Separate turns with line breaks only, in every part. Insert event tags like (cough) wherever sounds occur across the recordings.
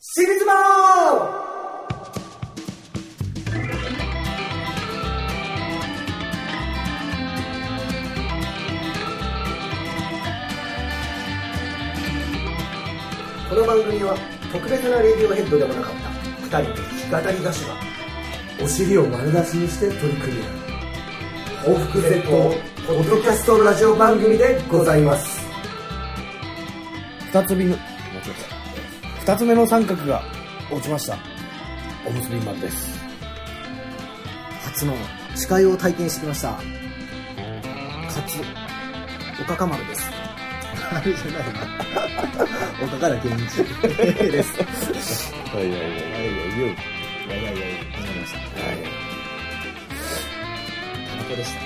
シビズマこの番組は特別なレディオヘッドでもなかった二人の弾き語り歌手が
お尻を丸出しにして取り組み合
報復絶法ポッドキャストラジオ番組でございます
う二つ目の間違えた二つ目の三角が落ちましたおむすびマンです
初の司会を体験してきましたカツおかか丸ですあれじゃないなおかかだけんちです
はいはいはいは
いや
いよ
いやいやなりましたタバコでした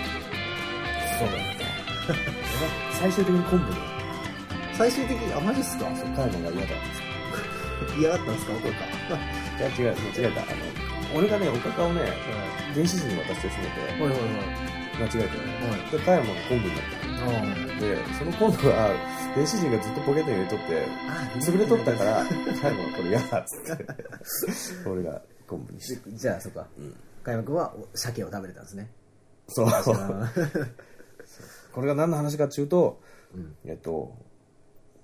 そうなんだ
最終的にコンボで最終的にあマジっすか
そうカーマが嫌だ
嫌だったんですか怒るか
いや違う間違えたあの俺がねおかかをね電子人に渡してすべて
おいおいおい
間違えたよねで加山がコンボになっ
おい
たでそのコンボが電子人がずっとポケットに入れとって
あ
潰れとっ
(laughs)
たから加山がこれ嫌だっつって俺がコンボにして
じじゃあそっか
うん
加山君はお鮭を食べれたんですね
そうこれが何の話かっていうと、
うん
えっと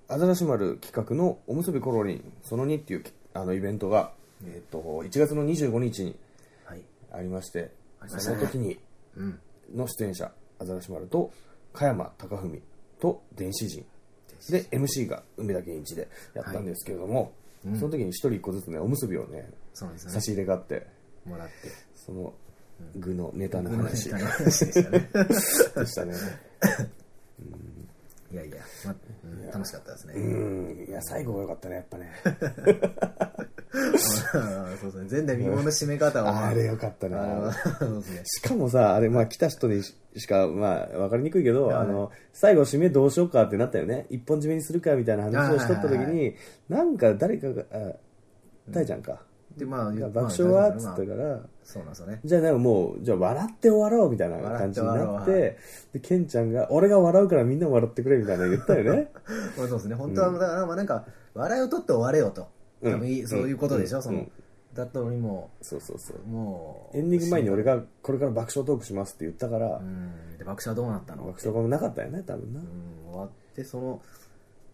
アザラシ丸企画のおむすびコロリンその2っていうあのイベントが、えっと1月の25日に
はい
ありまして
ありました
そ
ね
の時に
うん
の出演者アザラシ丸と加山貴文と電子人で MC が梅田健一でやったんですけれども、
うん
その時に1人1個ずつねおむすびをね
そうなんですよ
差し入れがあって
ねもらって
その具のネタの話
楽
で
しいでした
(laughs)
ね
したね。
いやいや、まうん楽しかったですね
う。んいや最後が良かったねやっ
(laughs)
ぱね
そうですね。前代未聞の締め方は、
あれ良かった
あの
な
そうですね。
しかもさあれまあ来た人にししかまあ分かりにくいけど、あの最後締めどうしようかってなったよね一本締めにするかみたいな話をしとった時
はいはい
になんか誰かがあ大ちゃんか、
で、まあ、
が
まあ
爆笑はっ
大
つ
丈夫
ったか
ですね
ら、
まあそうなんですよね。
じゃあなんかもうじゃあ笑って終わろうみたいな感じにな
笑
っ
ってて終わろうは
でケンちゃんが俺が笑うからみんな笑ってくれみたいなの言ったよね
まあそうですね。本当は、だから、まあなんか、笑いを取って終われよと。
うん
多分いいそういうことでしょ、
うん
そうの
ん。
だったのにも
(laughs) そうそうそう
う、もう。
エンディング前に俺がこれから爆笑トークしますって言ったから、
うん。で、爆笑はどうなったの
爆笑もなかったよね多分な、
うん、終わって、その、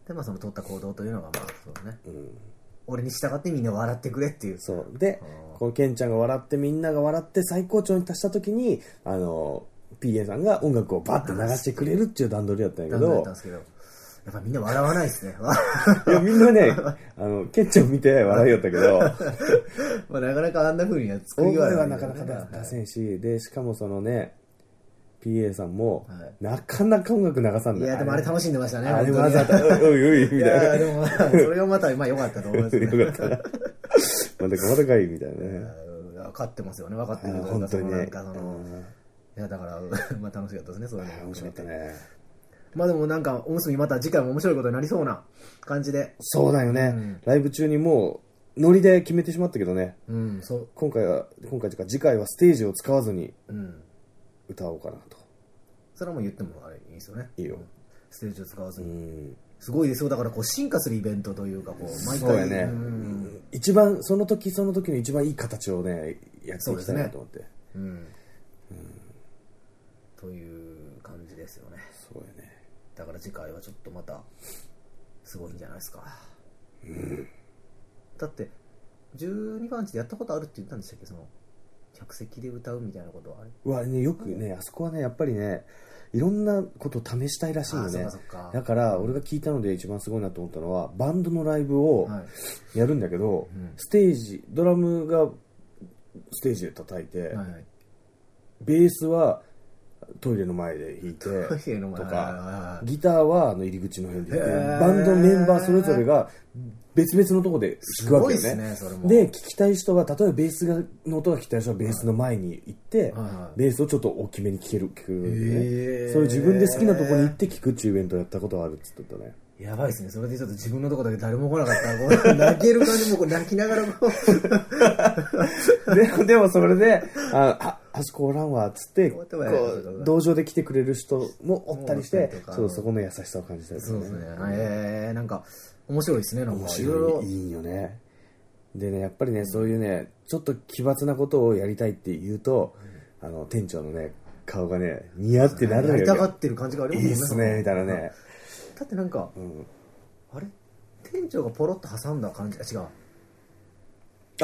で、まあその取った行動というのが、まあ、そうだね。
うん
俺に従ってみんな笑ってくれっていう。
そうで
あー
こうケンちゃんが笑ってみんなが笑って最高潮に達した時にあの PA さんが音楽をバッて流してくれるっていう段取りだったんやけ
だ (laughs) っ
ど
たんですけど、やっぱみんな笑わないですね。 (laughs)
いやみんなねあのケンちゃん見て笑いよったけど
(laughs) まあ、なかなかあんな風には作り
大声
笑い
はなかなか出せんしでしかもそのね PA さんも、
はい
なかなか音楽流さん
い
だ
や、でもあれ楽しんでましたね。
あれ
本当
わ
に
ざと「おいおい」
い
みたいな
や、でも、まあそれがまた、まあ、良かったと思い
(laughs)
ますね。
よかった
(laughs)
なまだかまだかいみたいなね
うん分かってますよね、分かって
あ
る
ー
と
本当に
(laughs) なん
ね
かその、いや、だから、 (laughs) まあ、楽しかったですね、そういうの
うん
も
面白かったね
まあ、でもなんか、おむすびまた次回も面白いことになりそうな感じで。
そうだよね、
うん
ライブ中にもうノリで決めてしまったけどね
うん、そう、
今回は今回というか次回はステージを使わずに
うん。
歌おうかなと
それはもう言ってもあれいいですよね。
いいよ
ステージを使わず
う
に。
ん
すごいですよ。だから、こう、進化するイベントというか、こう、毎回。
そうやね、
うん
一番その時その時の一番いい形をねやっていきたいなと思って
うんという感じですよね
そう,、やね
だから次回はちょっとまたすごいんじゃないですか、だって12番地でやったことあるって言ったんでしたっけその客席で歌うみたいなことはあれ
うわねよくねあそこはねやっぱりねいろんなことを試したいらしいよね
あそっかそっか
だから俺が聞いたので一番すごいなと思ったのはバンドのライブを
はい
やるんだけど、
うん
ステージドラムがステージで叩い
(laughs)
て、
はいはい
ベースはトイレの前で弾いて
(laughs) トイレの前
と
はいはいは
か
い
ギターはあの入り口の辺で弾いて
へー
バンドのメンバーそれぞれが別々のとこで弾くわけよ
すごい
ね
っすねそれも
で聞きたい人は例えばベースがの音が聞きたい人はベースの前に行って、
はいはい
ベースをちょっと大きめに聴ける聞くんで
へ
ね
ー
そういう自分で好きなとこに行って聴くっていうイベントをやったことがあるっつってたね
やばいですねそれでちょっと自分のとこだけ誰も来なかったらこう泣ける感じもこう泣きながらこう
でもでもそれであああそこおらんわっつって
終
こ
わってもらえないですよ
う同情で来てくれる人もおったりし
そうだ
て
ったりとか
そうそこの優しさを感じたり
そうですねえー、なんか面白いですねなんかい
面
ろい
白
ろ
いいいよねでね、やっぱりね、そういうね、ちょっと奇抜なことをやりたいって言うと、あの、店長のね、顔がね、似合ってなる
や
の
りたが
よ。
ってる感じがあ
い
ります
いっすね、みたいなね。
だってなんか、
うん。
あれ店長がポロッと挟んだ感じあ違う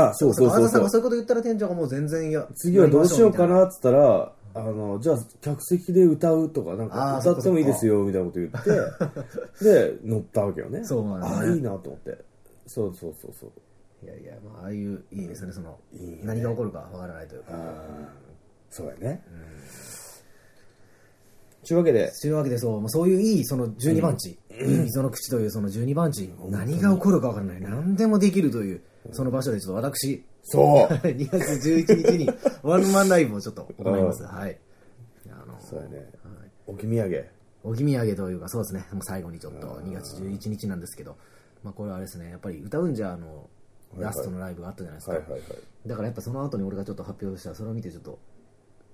あ、そうそう
あ
そ
ざさ
う
ん
そ
が
う
そ。ういうこと言ったら店長がもう全然いや
次はどうしようか
や
なっつったら、あの、じゃあ、客席で歌うとか、なん
あ
か
ー、
歌ってもいいですよ、みたいなこと言って、で、乗ったわけよね。
そうなんだね
あー、いいなと思って。そうそうそうそう。
りましょうみたいないやいやまあああいういいですねその
いいよね
何が起こるかわからないという
あ
か
ーそうやね。ちゅうわけで、
というわけでそうもうそういういいその12番地、溝の口というその12番地何が起こるかわからない何でもできるというその場所でちょっと私 (laughs)
そう
2月11日に
(laughs)
ワンマンライブをちょっと行います
う
はいあの
そうやね。
はい
置き土産。
お気味上げというか、そうですね、もう最後にちょっと2月11日なんですけど、まあ、これはあれですね、やっぱり歌うんじゃあの、
いはい
ラストのライブがあったじゃないですか、
はいはいはい。
だからやっぱその後に俺がちょっと発表したら、それを見てちょっと、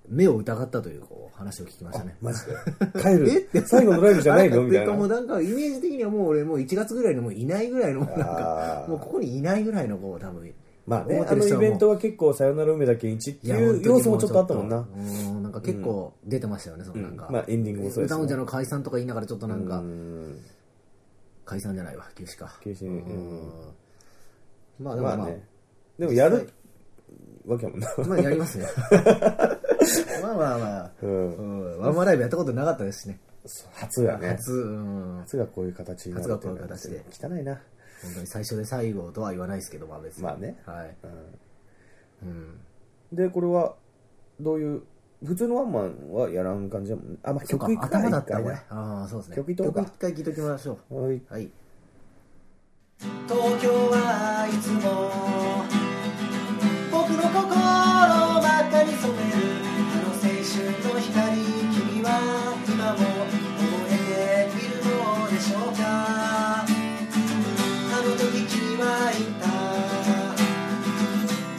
目を疑ったというこう話を聞きましたね。
マジで。帰る。最後のライブじゃないのみたい
てかもう
な。
なんかイメージ的にはもう俺もう1月ぐらいのもういないぐらいのもうなんか
あー
もうここにいないぐらいのこう多分
まあね、
思っ
あ
てる
のイ
人はもう
ベントは結構、さよなら梅田健一って
いや
い
本
う
当に
要素もちょっとあったもんな。
うんなんか結構出てましたよね、そのなんか、
うんまあエンディングもそうですね
歌うんじゃの解散とか言いながらちょっとなんか、
うん
解散じゃないわ休止か
休止
うん
うん
まあでもま
ま
あ、
あ
ま
ね。でもやるわけやもんな。 (laughs)
あ、やりますね (laughs) まあまあまあ、
う。
うんん、ワンマンライブやったことなかったですしね
初やね。
初、うん、本
初がこういう形になるっての
初が
は
こういう
汚いな。
当に最初で最後とは言わないですけどまあ別に
まあね
はい、うん、
で、これは、どういう、普通のワンマンはやらん感じやもんね。あ、まあ曲
そう
一
か
回
頭だった
一
ね
回ね
ああそうですね
曲いっとこうか
一回聞いときましょ
はい。
うはい
東京はいつも僕の心を真っ赤に染めるあの青春の光君は今も覚えているのでしょうかあの時君は言った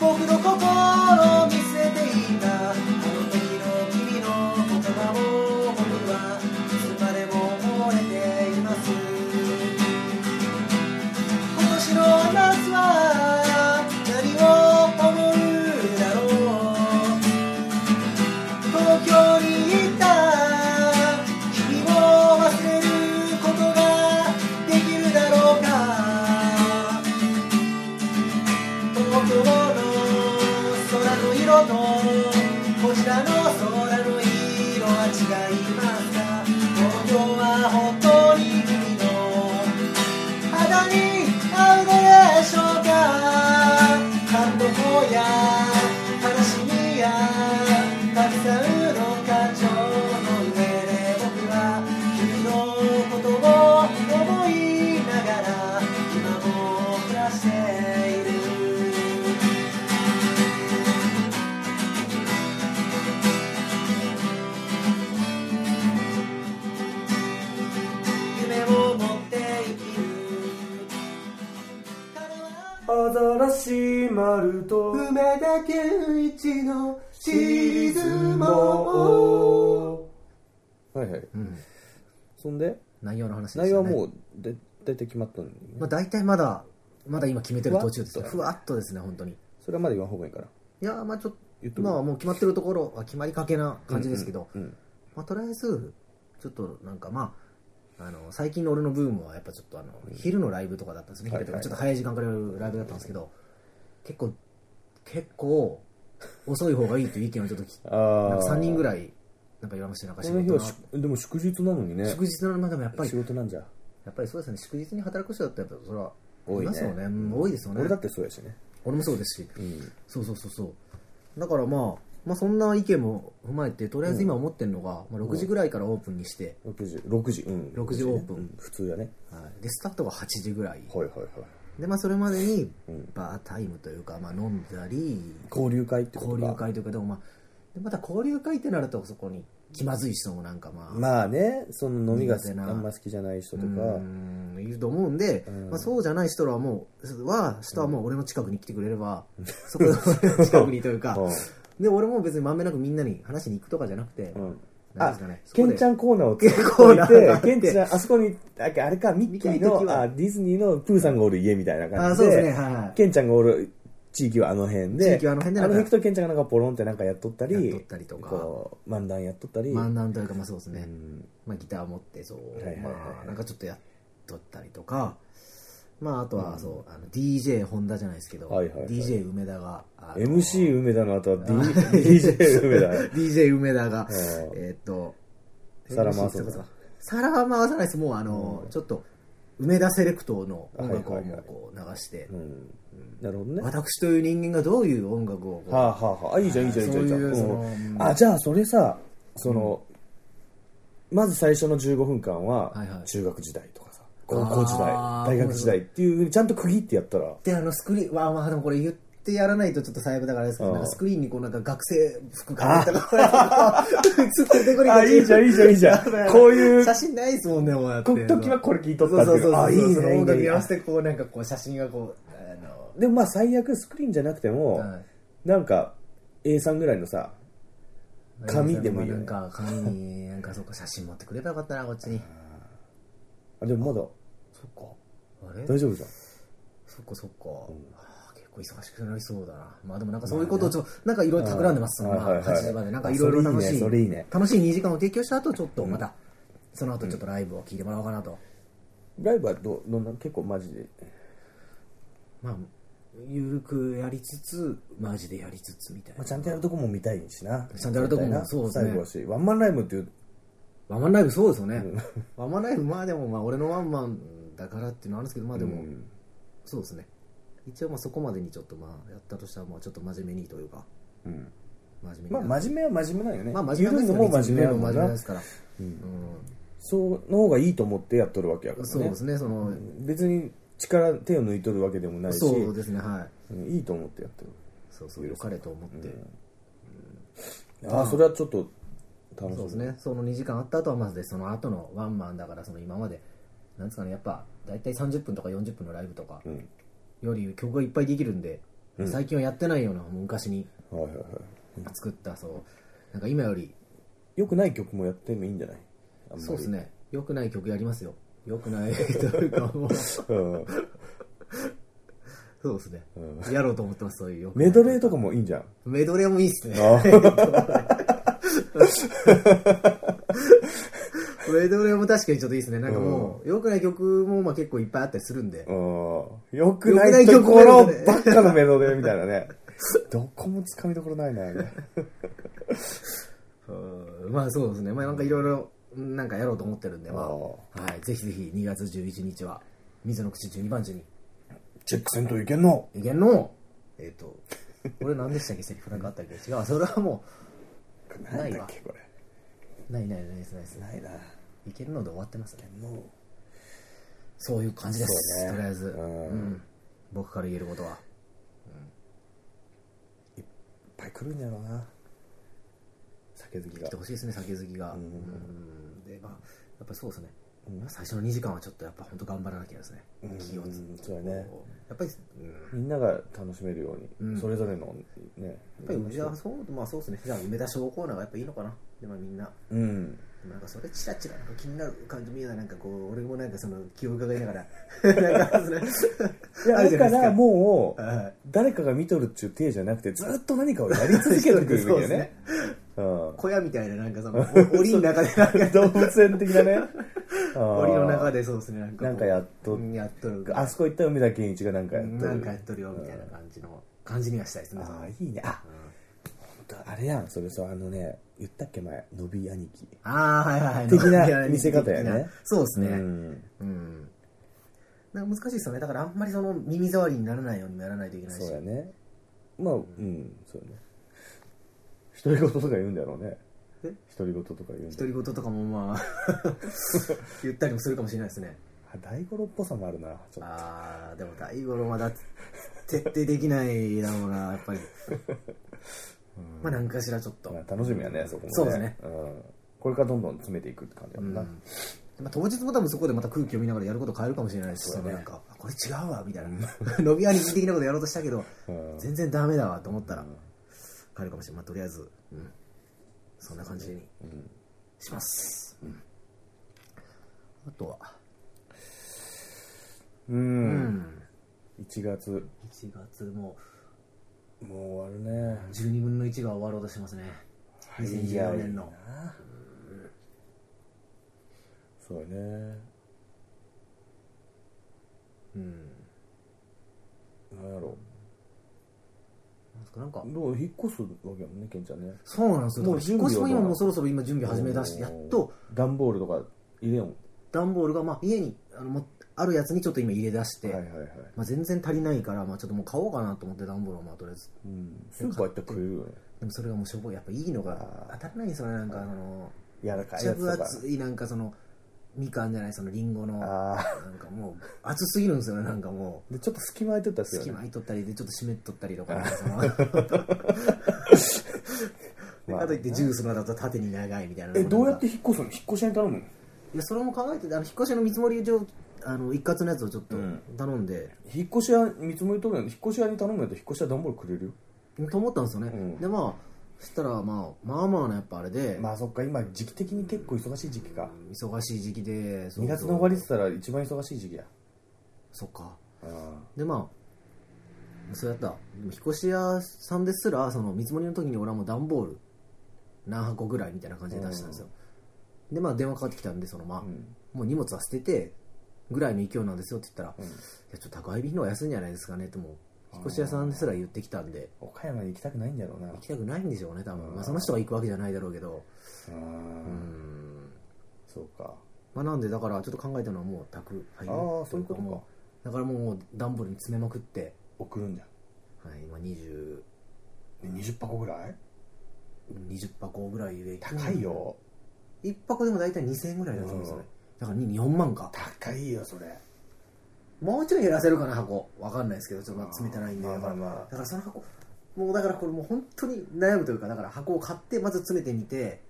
僕の心を見据えていたあの時の君の言葉を僕はいつまでも覚えています今年の夏は何を思うだろう東京に行った君を忘れることができるだろうか東京の空の色とこちらの空の色は違いますか東京は本当に君の肌に合うのでしょうか感動や悲しみやたくさんの感情の上で僕は君のことを思いながら今も暮らしている夢を持って生きる
アザラシ丸と
梅田健一のシリーズも
はいはい。
うん、
そんで、
内容の話で
内
し
容
た、ね、
はもう、だ大体決まったのにね、
まあ、大体まだまだ今決めてる途中ですね
ふ
ふわっとですね本当に
それはまだ言わん方がいいから。
いやーまあちょっ
言っと
と
く
まあもう決まってるところは決まりかけな感じですけど、
うんうん
まあ、とりあえずちょっとなんかまああの最近の俺のブームはやっぱちょっとあの昼のライブとかだったんですね、
はい
昼とかちょっと早い時間からやるライブだったんですけど結構結構遅い方がいいという意見をちょっとき
あ
なんか3人ぐ
い。
らいなんか言われましたねなんか
こ
仕
の日
事
は
の
し、でも祝日なのにね。
祝日のまでもやっぱり
仕事なんじゃ。
やっぱりそうですね祝日に働く人だったらやっぱそれは
多いね
ますよねうん多いですよね
俺だってそうやしね。
俺もそうですし
うん。
そうそうそうそうだからまあまあそんな意見も踏まえてとりあえず今思ってるのが、まあ、6時ぐらいからオープンにして、
6時、6時、うん。
6時オープン
うん普通やね。
はい、でスタートが8時ぐらい
はいはいはい。
でまあそれまでに
うん
バータイムというか、まあ、飲んだり
交流会ってことか
交流。会というかでもまあでまた交流会ってなるとそこに気まずい人もなんかまあ、
まあね、その飲みが
苦手な
あんま好きじゃない人と
う
か、
んいると思うんで、
うん
まあ、そうじゃない人らはもうは人はもう俺の近くに来てくれれば、そこで俺の近くにというか
うん
で俺も別にまんべんなくみんなに話しに行くとかじゃなくて、
うん
なんで
あ
すかね、そ
ケ
こで
ンちゃんコーナーを
(laughs)
作
コー
っ
ナ
と
ー
い
が
て、ケンちゃん、あそこに、ああれか、ミッキー
ミッキーの時
の、
は
あディズニーのプーさんがおる家みたいな感
あ
じ
そうです
で
ね、、はいはい。
ケンちゃんがおる地域はあの辺で、
地域はあの辺でなんか
辺とケンちゃんがなんかポロンってなんかやっとったり、
やっとったりとか
こう、漫談やっとったり、
漫談というか、まあそうですね。
うん
まあギター持って、そう、
はいはいはいはい
まあなんかちょっとやっとったりとか、まああとは、そう、あの DJ 本田じゃないですけど、
はいはいはい
DJ 梅田が、あの
MC 梅田の後は D- DJ (laughs)
(laughs)
梅田。
DJ 梅田が、
うん
えーっと、
皿回そうか
皿は回さないです。もうあの、ちょっと、梅田セレクトの音楽をもうこう流して
う、んなるほどね。
私という人間がどういう音楽をこう
はあはあはあ、あいいじゃん、いいじゃん、いいじゃんいいじゃん。
そういうその
うん
うん
あ、じゃあ、それさ、その、まず最初の15分間は
はいは、い
中学時代とかさ、高校時代、
あー
大学時代っていう、ちゃんと区切ってやったら、
であのスクリーンわあまあでもこれ言ってやらないとちょっと最悪だからあれですけ
う
ど
ん
なんかスクリーンにこうなんか学生服かぶったとか (laughs) つってどこに
あ、いいじゃん、いいじゃん、い
(laughs)
いじゃん。こういう
写、真ないですもんねもうやって
こ時はこれ聞いと
そう
った
そ
っ
う
て
そうそう
いう。あ、いい
その
ね、いい
音楽に
ね
合。わせてこうなんかこう写真がこうあの
でもまあ、最悪スクリーンじゃなくても、
はい
なんか、A さんぐらいのさ、紙でもいいよ
な
ね
んか紙になんかそうか写真持ってくればよかったなこっちに
あ、でもまだ、
そっかあれ
大丈夫じゃん。
そっかそっか、あー結構忙しくなりそうだなまあでもなんかそういうことをちょっとなんかいろいろ企んでます
うん
そのま
はい
あ
はいはい
8時までなんかいろいろ楽し
あ
い
それいいねそれいいね
楽しい2時間を提供した後ちょっとまた、その後ちょっとライブを聞いてもらおうかなと、
ライブはど、どんな、結構マジで。
まあゆるくやりつつマジでやりつつみたい
まあ、
な
ちゃんとやるとこも見たいしな。
ちゃんとやるとこもそうですね
最後だし。ワンマンライブっていう、
ワンマンライブそうですよね、 (laughs) ワンマンライブまあでもまあ俺のワンマンだからっていうのはあるんですけどまあでも、
うん
そうですね一応まあそこまでにちょっとまあやったとしたらまあちょっと真面目にというか
うん
真面目に
まあ、真面目は真面目なんよね。
まあ真面目
ゆ
です
る
よね
いのも真面目なん
いつも真
だ
面目
な
ですから、
そうの方がいいと思ってやっとるわけやか
う
ら
ん、
ね。
そうですねその、
別に力、手を抜いとるわけでもないし、
そうですねはい
うんいいと思ってやって
そうそう良かれと思って、
る。ああ、それはちょっと楽し
そう
み
です。ねその2時間あった後はまずでその後のワンマンだからその今までなんですかねやっぱ大体30分とか40分のライブとか
ん
より曲がいっぱいできるんで、最近はやってないようなもう昔に
はいはいは
作ったそうなんか今より
い。よくない曲もやってもいいんじゃないあんまり
そうです。ね良くない曲やりますよ良くないというか
(laughs)
もう
うん
そうですね、やろうと思ってますそういう良くない
メドレーとかもいいんじゃん。
メドレーもいいっすね。 (laughs) メドレーも確かにちょっといいっすね。なんかもう、良くない曲もまあ結構いっぱいあったりするんで
う。ん。よくないところばっかのメドレーみたいなね。どこもつかみどころないな。みたいな
うんまあそうですね。まあなんかいろいろ、なんかやろうと思ってるんで、まあ、
あ
はい。ぜひぜひ2月11日は、水の口12番地に、
チェックせんといけんの。
いけんのえっ、と、 (laughs) 俺何でしたっけセリフなんかあったっけ違う。それはも
なんだっけ、これ。
う、ないないないですないです。
ないな。
いけんので終わってますね。そういう感じです。
そうね
とりあえず、
うん
うん。僕から言えることは。
いっぱい来るんやろうな酒好き
来
が
てほしいですね酒好きが、うんでまあやっぱりそうですね、最初の2時間はちょっとやっぱ本当頑張らなきゃですね、気をつ
うんそうやね
やっぱり、うん、や
みんなが楽しめるように、
うん
それぞれのね
っぱり梅田はそうまあそうですねじゃあ梅田小コーナーがやっぱいいのかなでもみんな
うん
でもなんかそれチラチラなんか気になる感じ見えないなんかこう俺もなんかその気を伺いなが
(laughs)
らなんかそれ
いや
あるじ
だ
ゃないで
か
す
らもう、
はい
誰かが見とるっちゅう体じゃなくてずっと何かをやり続けてくる (laughs) べき
そう
よ
です
ね
ね
うん
小屋みたいななんかそ
(laughs)
のお檻の中でなんか
動物園的なね
(laughs) 檻の中
で
でそうですねなんかこう
なんかやっと
うんやっとる
あそこ行ったら梅田健一がなんかやっとる
なんかやっとるよみたいな感じの感じにはしたいですね。
ああいいねあ、本当あれやんそれさあのね言ったっけ前伸び兄貴
ああ、はいはい (laughs) はい。
的な見せ方やね
そうですね。
う
うん。
ん
なんか難しいですよね。だからあんまりその耳障りにならないようにもやらないといけないし。
そうやねまあうん、そうやね独り言とか言うんだろうね
え
独り言とか言うんだろ
独り言とかもま (laughs) あ、言ったりもするかもしれないですね。
う大五郎っぽさもあるなちょっ
ああ、でも大五郎まだ徹底できないだろうな、やっ (laughs) ぱり。まあ何かしらちょっ
と、
と。
まあ楽しみやねそこもね
そうですね
うん、これからどんどん詰めていくって感じだもんな、
まあ、当日も多分そこでまた空気を見ながらやること変えるかもしれないし、そのなんか、あこれ違うわ、みたいな。 (laughs) 伸び兄貴的なことやろうとしたけど、
うん
全然ダメだわと思ったら、変えるかもしれない。まあ、とりあえず、うんそんな感じに、します、あとは
う
うんん
1月
1月も
もう終わるね
う12分の1が終わろうとしてますね2014年の
そうだね
うん
なんやろ
なんですかなんか
どう引っ越すわけやもんねケンちゃんね
そうなんですよ
もう
だから引っ越しも
準備
今
は
もうそろそろ今準備始めだしやっと
段ボールとか入れよん
段ボールがまあ家にあのもあるやつにちょっと今入れ出して、
はいはいはい、
まあ、全然足りないから、まあ、ちょっともう買おうかなと思って段ボールをまあとりあえず
うん、スーパー行ったら食えるよね
でもそれがもうしょぼいやっぱいいのが当たらないんですよねなんかあの
柔らかい
ちゃ
やつ
分
とか
厚いなんかそのみかんじゃないそのリンゴのな
ああ
んかもう厚すぎるんですよねなんかもう
でちょっと隙間空いてたっすよ
隙
ね
間空いとったりでちょっと湿っとったりと
(laughs)
かなんかそのでかといってジュースのだと縦に長いみたいな
えどうやって引っ越すの引っ越しに頼むの
いやそれも考えててあの引っ越しの見積もり上あの一括のやつをちょっと
うん
頼んで、
引っ越し屋見積もり取るの引っ越し屋に頼むんやと引っ越し屋段ボールくれる
と思ったんですよね、
うん
でまあそしたら、まあ、まあまあのやっぱあれで、
よまあそっか今時期的に結構忙しい時期か
忙しい時期でそうそう
2月の終わりって言ったら一番忙しい時期や
そっか
あ
でまあそうやった引っ越し屋さんですらその見積もりの時に俺はもう段ボール何箱ぐらいみたいな感じで出したんですよ、でまあ電話かかってきたんでそのまあ、
あうん
もう荷物は捨ててぐらいの勢いなんですよって言ったら、
うん
いやちょっと宅配便の方が安いんじゃないですかねってもう引っ越し屋さんですら言ってきたんで
岡山に行きたくないんだろうな
行きたくないんでしょうね多分、
うん
まあ、その人が行くわけじゃないだろうけど
う
うんん
そうか
まあなんでだからちょっと考えたのはもう宅配
ああそういうことか
もうだからもう段ボールに詰めまくって
送るんだ
はい今2020
で20箱ぐらい
箱ぐらいで
高いよ
1箱でも大体2000円ぐらいだと思うんですよね、だからに4万か
高いよそれ
もうちょい減らせるかな箱わかんないですけどちょっとまだ詰めてないんで
まあ
だか
まあ
ら
まあ
だからその箱もうだからこれもう本当に悩むというかだから箱を買ってまず詰めてみて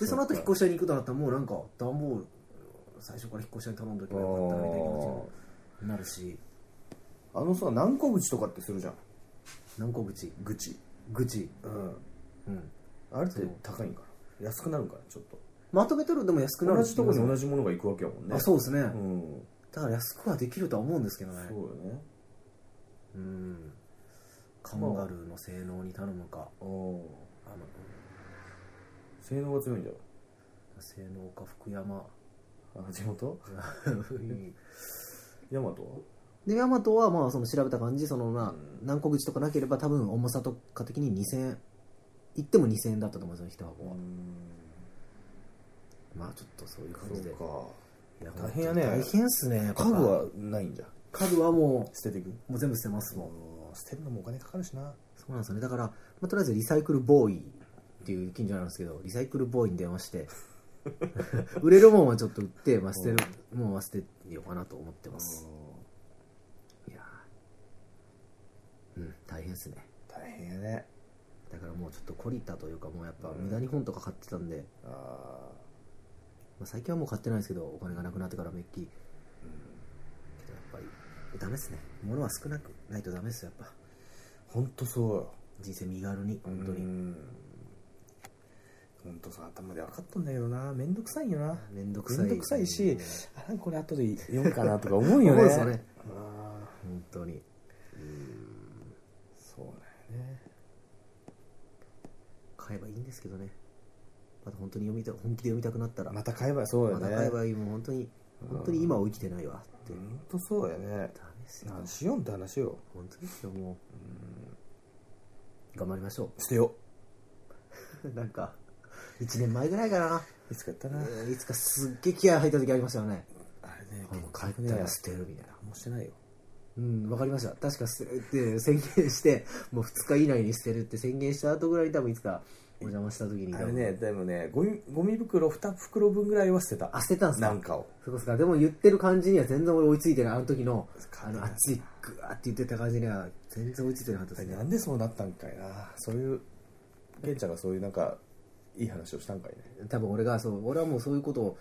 でその後引っ越し屋に行くとなったらもうなんか段ボール最初から引っ越し屋に頼んどけばよかったなみたいな気持ちもなるし
あのさ何個口とかってするじゃん
何個口
愚痴
愚痴
うん
うん
あれって高いんかな安くなるんかなちょっと
まとめとるでも安くなる
同じとこに同
じ、
じものが行くわけやもんね
あそうですね、
うん
だから安くはできるとは思うんですけどね
そうよね
うんカンガルーの性能に頼むか
ああ
あの
性能が強いんだよ
性能か福山
あ地元大和
でヤマトはまあその調べた感じそのな
うん
何個口とかなければ多分重さとか的に2000円いっても2000円だったと思うんですよ一箱は、まあちょっとそういう感じで
そう
いや
大変やね
大変っすね
か家具はないんじゃ
家具はも
捨てていく
うもう全部捨てますもん
うん捨てるのもお金かかるしな
そうなんですよねだから、まあ、とりあえずリサイクルボーイっていう近所なんですけどリサイクルボーイに電話して
(laughs)
売れるもんはちょっと売って、まあ、捨てるもんは捨てようかなと思ってますいやーうん大変ですね
大変やね
だからもうちょっと懲りたというかもうやっぱ無駄に本とか買ってたんで、
あ
まあ、最近はもう買ってないですけどお金がなくなってからめっきりけどやっぱりダメですね物は少なくないとダメですよやっぱ
本当そうよ
人生身軽に本当に、
本当さ頭で分かったんだけどな面倒くさいよな
めんどく
面
さい
倒くさいしあなんかこれ後で読むかなとか思うよ (laughs)
そう
ね
ですよね
ああ
本当に
そうだよね
買えばいいんですけどねまた本当に読みた本気で読みたくなったら
また買えばそうよ
ま
ね
た買えばいいもう本当に本当に今を生きてないわって
本当そうやね
ダメですよ
何しようんって話よ
本当ですよもう頑張りましょ
捨てよ
う (laughs) なんか1年前ぐらいかな
ういつかやったな
えーいつかすっげえ気合入った時ありましたよね
あれね
あもう買った
ね
ら捨てるみたいな
もうしてないよ
うんわかりました確か捨てるって宣言してもう2日以内に捨てるって宣言した後ぐらいに多分いつかお邪魔した時に
あれねでもねゴミゴミ袋2袋分ぐらいは捨てた
あ捨てたんすか
なんかを
そうですかでも言ってる感じには全然俺追いついてないあの時の
か
あの熱いグワーって言ってた感じには全然追いついてなかったですね
なんでそうなったんかいなそういうケンちゃんがそういうなんかいい話をしたんかいね
多分俺がそう俺はもうそういうことを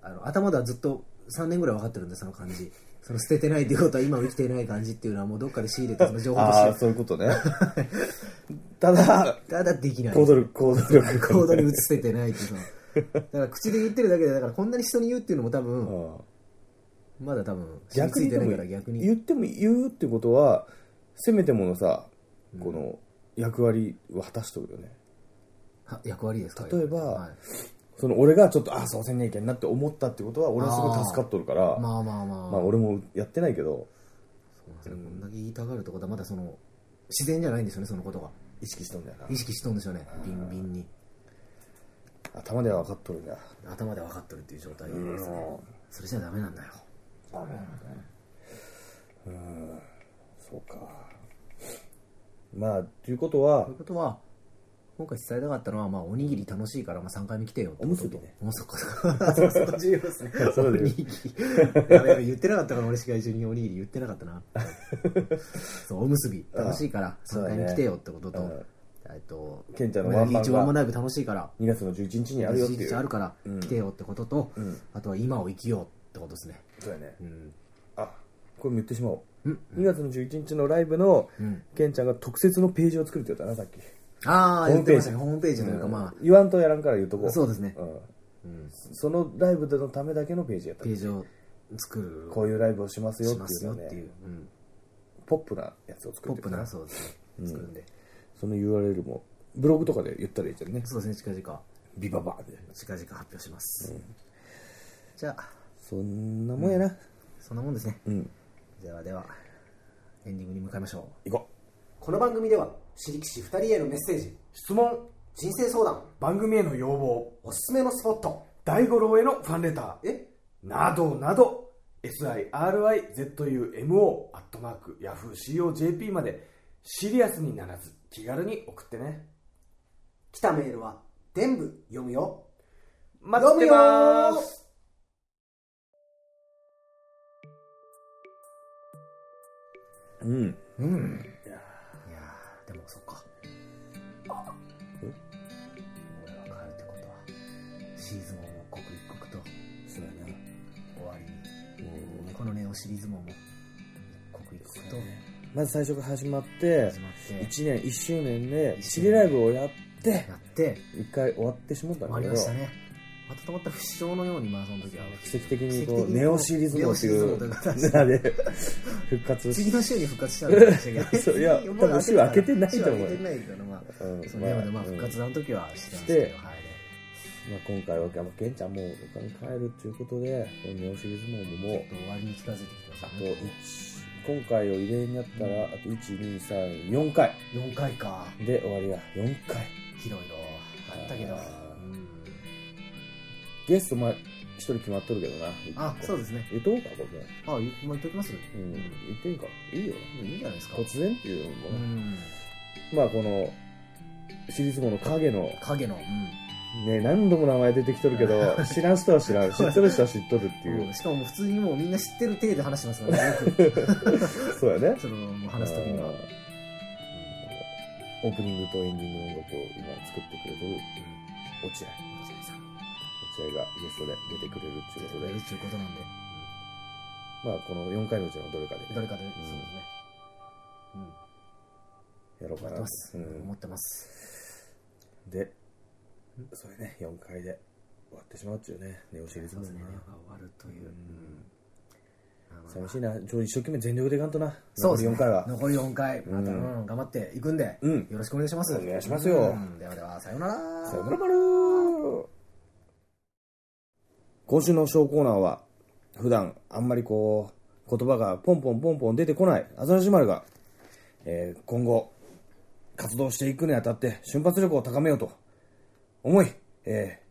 あの頭ではずっと3年ぐらい分かってるんでその感じその捨ててないっていうことは今生きていない感じっていうのはもうどっかで仕入れてその情報と
ああ
し
ー
て
そういうことねただ (laughs)
ただできない
行動力行動力
行動に移せてないっていうそのだから口で言ってるだけでだからこんなに人に言うっていうのも多
う
分
ん
まだ多分染み
逆
つい
に
て
で
ない
も
から逆に
言っても言うってことはせめてものさこの役割は果たしとるよね
は役割ですか
例えば
はい
その俺がちょっとああそうせんねえけんなって思ったってことは俺はすごい助かっとるから
まあまあまあ、
まあ俺もやってないけど
そうなんですねこんだけ言いたがるってことはまだその自然じゃないんですよねそのことが
意識しとんだよな
意識しとんでしょうねビンビンに
頭では分かっとるんだ
頭で分かってるっていう状態ですねそれじゃダメなんだよ
そうかまあということは
ということは今回伝えたかったのは、まあ、おにぎり楽しいから、まあ、3回目来てよってこと
おむすびね
おむすびかそうそう重要ですね
そうだ
お
よ
にぎりやべやべ言ってなかったから俺しか一緒におにぎり言ってなかったなそうおむすび楽しいから
そう
3
だね
回目来てよってことと、
うん
えっと
ケンちゃんの
ワン
ワン
マ
マ
ン
ンが
ライブ楽しいから
2月の11日にあるよっていう
あるから
うん
来てよってことと、
ん
あとは今を生きようってことですね
そうやね
うん
あこれも言ってしまおう
うん
2月の11日のライブの
うん
ケンちゃんが特設のページを作るって言ったなさっき
ああ
ホー
言っ
ム
て
ペー
まし
ジ
たねホームページというか、まあ
言わんとやらんから言うとこ
そうですね
ん
うん
そのライブでのためだけのページやった
ページを作る
こういうライブをしますよ
し
っ
ます
てい
よ
う,、
っ
ね、
ていう、うん、
ポップなやつを作
ポ
っ
ッ
て
プ
た
なそうですね作るんで、
その URL もブログとかで言ったらいいじゃんね
そうですね近々
ビババーで
近々発表します、じゃあ
そんなもんやな
そんなもんですね
うん、
ではではエンディングに向かいましょう
行こ
この番組では私力士2人へのメッセージ
う質問
人生相談
番組への要望
おすすめのスポット
大五郎へのファンレター
え
などなど sirizumo.yahooCOJP までシリアスにならず気軽に送ってね
来たメールは全部読むよ
待ってま
読むよ
ーす
うん
うんいやーでもそっか
え
俺が帰るってことはシーズンを刻一刻と
そうやな
終わりにこのネオシリーズももう刻一刻と
まず最初が始まって
始まって
1年1周年でシリライブをやって
やって
1回終わってしまった
終
んだ
わ
け
り
ど
ましたねまたたまった不死鳥のようにまあその時は
奇跡的に
奇
こ
跡
う
的に
ネオシリズムっていう
ネオシリズムという形で
名で (laughs) 復活し
次の週に復活したんだ
(laughs) そういや多分週明けてないと思うよ
週明けてないからまあ
うん
そうでもねまあ
うん
復活の時はしてたんです
し
け
て
どはいね
まあ、今回はケンちゃんもう他に帰るということでこのネオシリズムももう
終わりに近づいてきてま
あ
す
と
ね
一今回を入れにやったらあと1234回
4回か
で終わりや4回
いろいろあったけど
あ
うん
ゲストまあ一人決まっとるけどな
あそう
で
ですね
言っとこうかこれも
あゆもう言っときます
う、うん、
うん
言っていいかいいよ
いいんじゃないですか
な突然っていうのも
う
ね、
ん
まあこのシリーズもの影の
影の
ね何度も名前出てきとるけ
(laughs)
ど知らん人は知らん知っとる人は知っとるって
うん
いう
うんしかももう普通にもうみんな知ってる体で話してます
(laughs)
からねよく
そうやね
そのもう話す時には
うんオープニングとエンディングの音楽を今作ってくれてる落合落合がゲストで出てくれるっていうこと
や
で
るっていうことなんで
まあこの4回のうちのどれかで
どれかでそうですねうん
やろ
思
うか
って
な
ます
う
思
ん
ってます
でそれね4回で終わってしまうっていうねネオシリーズ
そう
も
ですね
な
ネオが終わるというまあまあ
寂しいなちょ一生懸命全力でいかんとな
そうですね
4回は
残り4回また
う
うん頑張っていくんで
うん
よろしくお願いします
お願いしますよ
うんではではさようなら
さよならまるー今週のショーコーナーは普段あんまりこう言葉がポンポンポンポン出てこないアザラシ丸が、えー今後活動していくにあたって瞬発力を高めようと思い、えー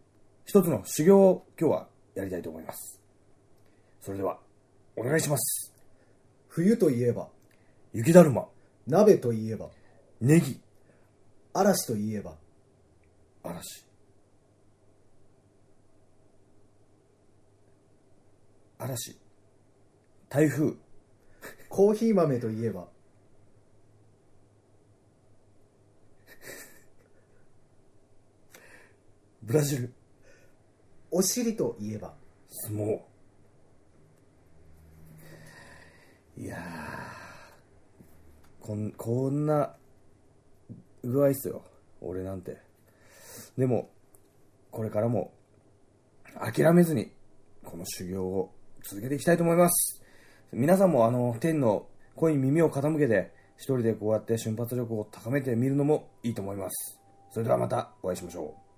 一つの修行を今日はやりたいと思いますそれではお願いします
冬といえば
雪だるま
鍋といえば
ネギ
嵐といえば
嵐嵐台風
コーヒー豆といえば
ブラジル
お尻といえば
相撲いやーこんこんな具合っすよ俺なんてでもこれからも諦めずに、この修行を続けていきたいと思います。皆さんもあの、天の声に耳を傾けて、一人でこうやって瞬発力を高めてみるのもいいと思います。それではまたお会いしましょう。